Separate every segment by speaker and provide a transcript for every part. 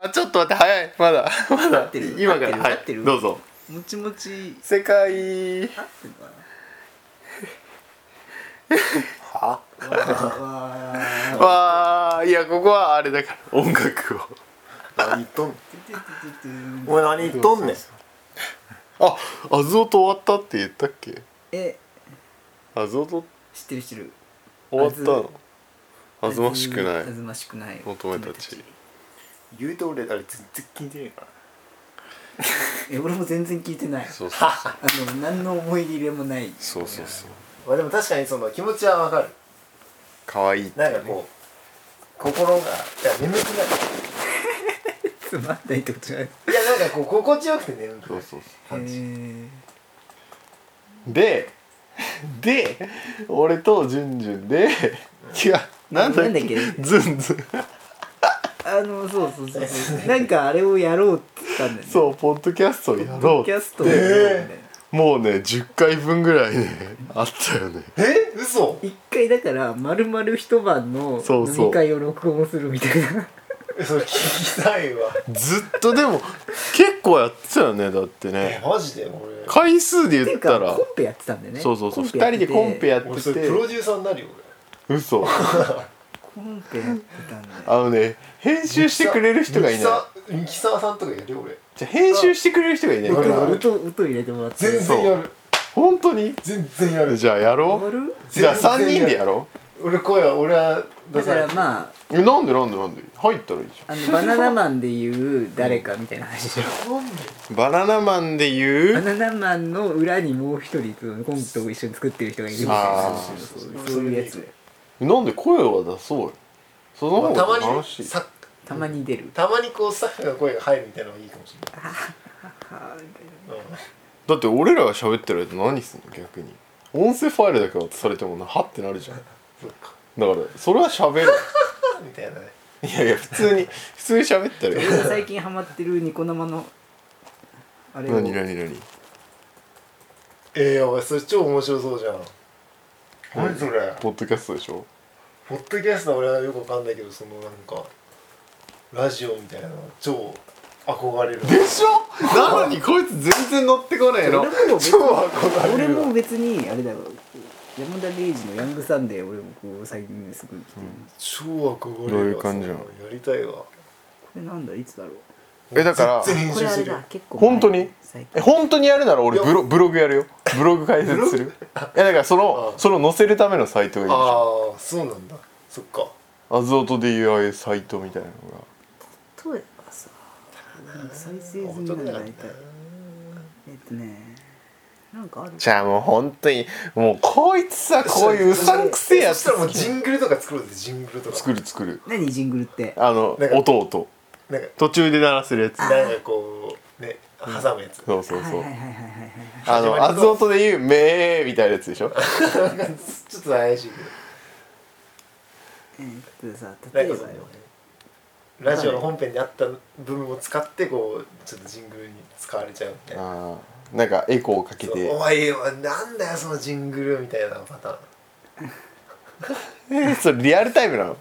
Speaker 1: あちょっと待って早いまだ ま
Speaker 2: 合
Speaker 1: だ
Speaker 2: ってる
Speaker 1: 今から
Speaker 2: 合って
Speaker 1: は
Speaker 2: る合
Speaker 1: い
Speaker 2: ってる
Speaker 1: どうぞ
Speaker 2: もちもち
Speaker 1: 世界
Speaker 2: 合ってんのか
Speaker 1: は
Speaker 2: なわーわー
Speaker 1: わあいやここはあれだから 音楽を
Speaker 3: 何言っとん
Speaker 2: トゥトゥトゥトゥ
Speaker 3: お前何言っとんねん
Speaker 1: あアズオと終わったって言ったっけ
Speaker 2: え
Speaker 1: アズオと
Speaker 2: 知ってる知ってる
Speaker 1: 終わったの
Speaker 2: あ
Speaker 1: あずましくない
Speaker 2: あずましくない
Speaker 1: 乙女たち
Speaker 3: 言うて俺あれ全然聞いてねえから
Speaker 2: え俺も全然聞いてない
Speaker 1: そうそうそう
Speaker 2: あの何の思い入れもない
Speaker 1: そうそうそう
Speaker 3: まあでも確かにその気持ちはわかる
Speaker 1: 可愛いって
Speaker 3: なんかこう心がいや眠くな
Speaker 2: つまんないってことじゃない
Speaker 3: るいやなんかこう心地よくて眠く
Speaker 1: そ
Speaker 3: な
Speaker 1: う
Speaker 3: る
Speaker 1: そうそう
Speaker 2: へー
Speaker 1: でで俺とジュンジュンで違うなんだっけ
Speaker 2: なんだっけ
Speaker 1: ズンズン
Speaker 2: あのそうそうそうそうなんかあれをやろうって言ったんだよね
Speaker 1: そうポッドキャストをや
Speaker 2: ポッ
Speaker 1: ろう
Speaker 2: ドキャストを
Speaker 1: っ
Speaker 2: やろう
Speaker 1: て
Speaker 2: みたいな
Speaker 1: もうね10回分ぐらいねあったよね
Speaker 3: え嘘
Speaker 2: 一回だから丸々一晩の
Speaker 1: そうそう
Speaker 2: 飲み会を録音するみたいな
Speaker 3: それ聞きたいわ
Speaker 1: ずっとでも結構やってたよねだって
Speaker 3: え
Speaker 1: ね
Speaker 3: マジで俺
Speaker 1: 回数で
Speaker 2: って
Speaker 1: 言
Speaker 2: いう
Speaker 1: っ
Speaker 2: か
Speaker 1: たら
Speaker 2: コンペやってたんだよね
Speaker 1: そうそうそう
Speaker 2: や
Speaker 1: 2
Speaker 2: って
Speaker 1: 人で
Speaker 2: て
Speaker 1: コンペやって
Speaker 3: 俺それ
Speaker 1: て
Speaker 3: プロデューサーになるよ
Speaker 1: 嘘
Speaker 2: コンペやってたんだよ
Speaker 1: あのね編集してくれる人がいない
Speaker 3: ミキサーミキサーさんとかやるよ俺
Speaker 1: じゃあ編集してくれる人がいない
Speaker 3: あ
Speaker 1: から
Speaker 3: 俺
Speaker 2: 音音入れてもらって
Speaker 3: 全然やる
Speaker 1: 本当に
Speaker 3: 全然やる
Speaker 1: じゃあやろ
Speaker 2: 終わる
Speaker 1: うじゃあ3人でやろ
Speaker 3: 俺声は俺は
Speaker 2: だから
Speaker 3: あ
Speaker 2: まあ
Speaker 1: うえなんでなんでなんで入ったらいいじ
Speaker 2: あのバナナマンでいう誰かみたいな話 でしょ
Speaker 1: ゃんバナナマンで言
Speaker 2: バ
Speaker 1: う
Speaker 2: ナナマンの裏にもう一人そのコントを一緒に作ってる人がいるみたいな
Speaker 1: あー
Speaker 2: そうそうそうそういうやつ
Speaker 1: なんで声は出そうよその方
Speaker 3: たま
Speaker 1: が楽し
Speaker 3: に
Speaker 1: い
Speaker 3: さ
Speaker 2: たまに出る
Speaker 3: たまにこうスタッフの声が入るみたいなのがいいかもしれない、うん
Speaker 1: だって俺らが喋ってる間何すんの逆に音声ファイルだけ渡されてもなはってなるじゃんだか
Speaker 3: そっから
Speaker 1: それは喋る
Speaker 3: みたいなね
Speaker 1: いやいや普通に普通に喋ったらいい
Speaker 2: 俺が最近ハマってるニコ生のあれを
Speaker 1: 何何何
Speaker 3: えー、お前それ超面白そうじゃん何それ
Speaker 1: ポッドキャストでしょ
Speaker 3: ポッドキャストは俺はよくわかんないけどそのなんかラジオみたいなの超憧れる
Speaker 1: でしょなのにこいつ全然乗ってこないの
Speaker 2: 俺も別
Speaker 3: 超憧れ
Speaker 2: 俺
Speaker 3: るわ
Speaker 2: も別にあれだろ山田礼二の「ヤングサンデー」俺もこう最近すごい来てる、
Speaker 3: 超憧れるわ
Speaker 1: どういう感じなの
Speaker 3: そんのやりたいわ
Speaker 2: これなんだいつだろう
Speaker 1: えだから
Speaker 3: 全然編
Speaker 2: これ
Speaker 3: 集
Speaker 2: あ
Speaker 3: す
Speaker 2: れ
Speaker 3: るよ
Speaker 2: だ結構前
Speaker 1: 本当に
Speaker 2: 最近
Speaker 1: え本当にやるなら俺ブロブログやるよブログ解説するえだからその
Speaker 3: ああ
Speaker 1: それを載せるためのサイトがいいでしょ
Speaker 3: ああそうなんだそっか
Speaker 1: アズオとでいうああいうサイトみたいなのが
Speaker 2: 例えばさ再生済みなの大体えっとねなんかある
Speaker 1: じゃあもう本当にもうこいつさこういううさんくせえや
Speaker 3: そ
Speaker 1: つ
Speaker 3: したらもうジングルとか作ろうぜジングルとか
Speaker 1: 作る作る
Speaker 2: 何ジングルって
Speaker 1: あの
Speaker 3: なんか
Speaker 1: 音音
Speaker 3: なんか
Speaker 1: 途中で鳴らせるやつ
Speaker 3: なんかこうね挟むやつ、
Speaker 1: そうそうそう
Speaker 2: はいはいはいはいはい
Speaker 1: あのアズオとでいうめーみたいなやつでしょ
Speaker 3: ちょっと怪しいけど
Speaker 2: えーっとさ
Speaker 3: な
Speaker 2: 例
Speaker 3: ん
Speaker 2: え
Speaker 3: かそ
Speaker 2: ば
Speaker 3: の
Speaker 2: よ
Speaker 3: ラジオの本編にあった部分を使ってこうちょっとジングルに使われちゃうみたいな
Speaker 1: あーなんかエコーをかけ
Speaker 3: そう
Speaker 1: て
Speaker 3: お前はなんだよそのジングルみたいなパタ
Speaker 1: えそれリアルタイムなの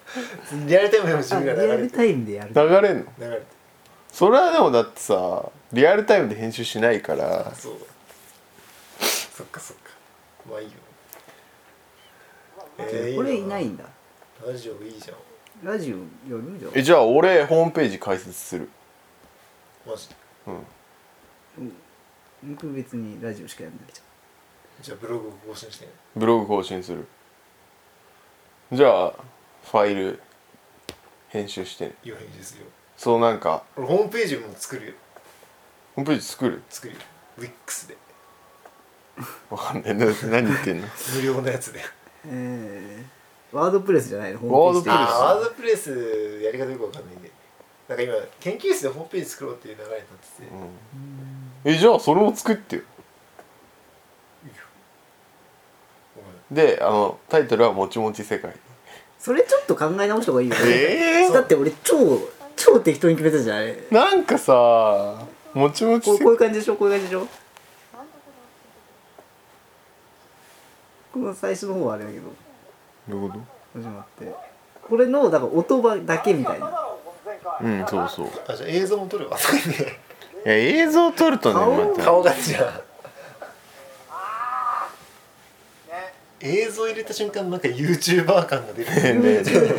Speaker 3: ーンリアルタイムでもジ
Speaker 2: あ
Speaker 3: ング
Speaker 2: リ
Speaker 3: ルが
Speaker 2: ア
Speaker 3: 流れ
Speaker 2: ル
Speaker 3: て
Speaker 2: タイムでやる
Speaker 1: 流れんの
Speaker 3: 流れて
Speaker 1: それはでもだってさリアルタイムで編集しないから
Speaker 3: あそうそっかそっかまあいいよえー
Speaker 2: これいないい
Speaker 3: い
Speaker 2: んだ
Speaker 3: なラジオいいじゃん
Speaker 2: ラジオやるじゃん
Speaker 1: えじゃあ俺ホームページ解説する
Speaker 3: マジで
Speaker 1: うん
Speaker 2: 僕別にラジオしかやんないじ
Speaker 3: じゃあブログを更新してね
Speaker 1: ブログ更新するじゃあファイル編集してね
Speaker 3: いいよ編集するよ
Speaker 1: そうなんか
Speaker 3: 俺ホームページも作るよ
Speaker 1: ホームページ作る
Speaker 3: 作るよ Wix で
Speaker 1: わかんないな何言ってんの
Speaker 3: 無料のやつで
Speaker 2: ゃんえー、ワードプレスじゃないの
Speaker 1: ワードプレス
Speaker 3: あーワードプレスやり方よくわかんないんでなんか今研究室でホームページ作ろうっていう流れになってて、
Speaker 1: えじゃあそれも作ってよであのタイトルは「もちもち世界
Speaker 2: それちょっと考え直した方がいいよ」ね
Speaker 1: え
Speaker 2: だって俺超超適当に決めたじゃんあれ
Speaker 1: ー、なんかさもちもち
Speaker 2: こう
Speaker 1: 世
Speaker 2: こう
Speaker 1: 界
Speaker 2: いう感じでしょこういう感じでしょこの最初の方はあれだけど
Speaker 1: どういうこと
Speaker 2: 始まってこれのだから音場だけみたいな
Speaker 1: うんそうそうい
Speaker 3: あじゃあ映像も撮るわ
Speaker 1: や映像撮るとねまた
Speaker 3: 顔がじゃあ映像入れた瞬間なんか YouTuber 感が出て る
Speaker 1: ね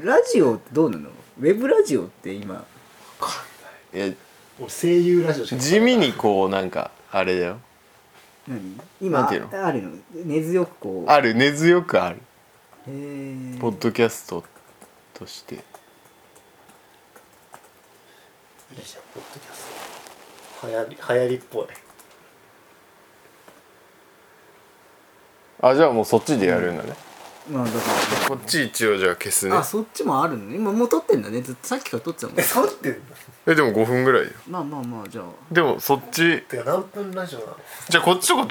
Speaker 2: ラジオってどうなのウェブラジオって今
Speaker 1: いや
Speaker 3: 俺声優ラジオしか
Speaker 1: 地味にこうなんかあれだよ
Speaker 2: 何今
Speaker 1: なんていう
Speaker 2: あるの根強くこう
Speaker 1: ある根強くある
Speaker 2: へー
Speaker 1: ポッドキャストとして
Speaker 3: いいじゃんポッドキャスト流行り流行りっぽい
Speaker 1: あじゃあもうそっちでやるんだね、
Speaker 2: まあだから
Speaker 1: こっち一応じゃあ消すね
Speaker 2: あそっちもあるのね今もう撮ってんだねずっとさっきから撮ってたもん
Speaker 3: 撮ってんの
Speaker 1: えでも5分ぐらいよ
Speaker 2: まあまあまあじゃあ
Speaker 1: でもそっち
Speaker 3: てか何分ラジオなの
Speaker 1: じゃあこっちとこっち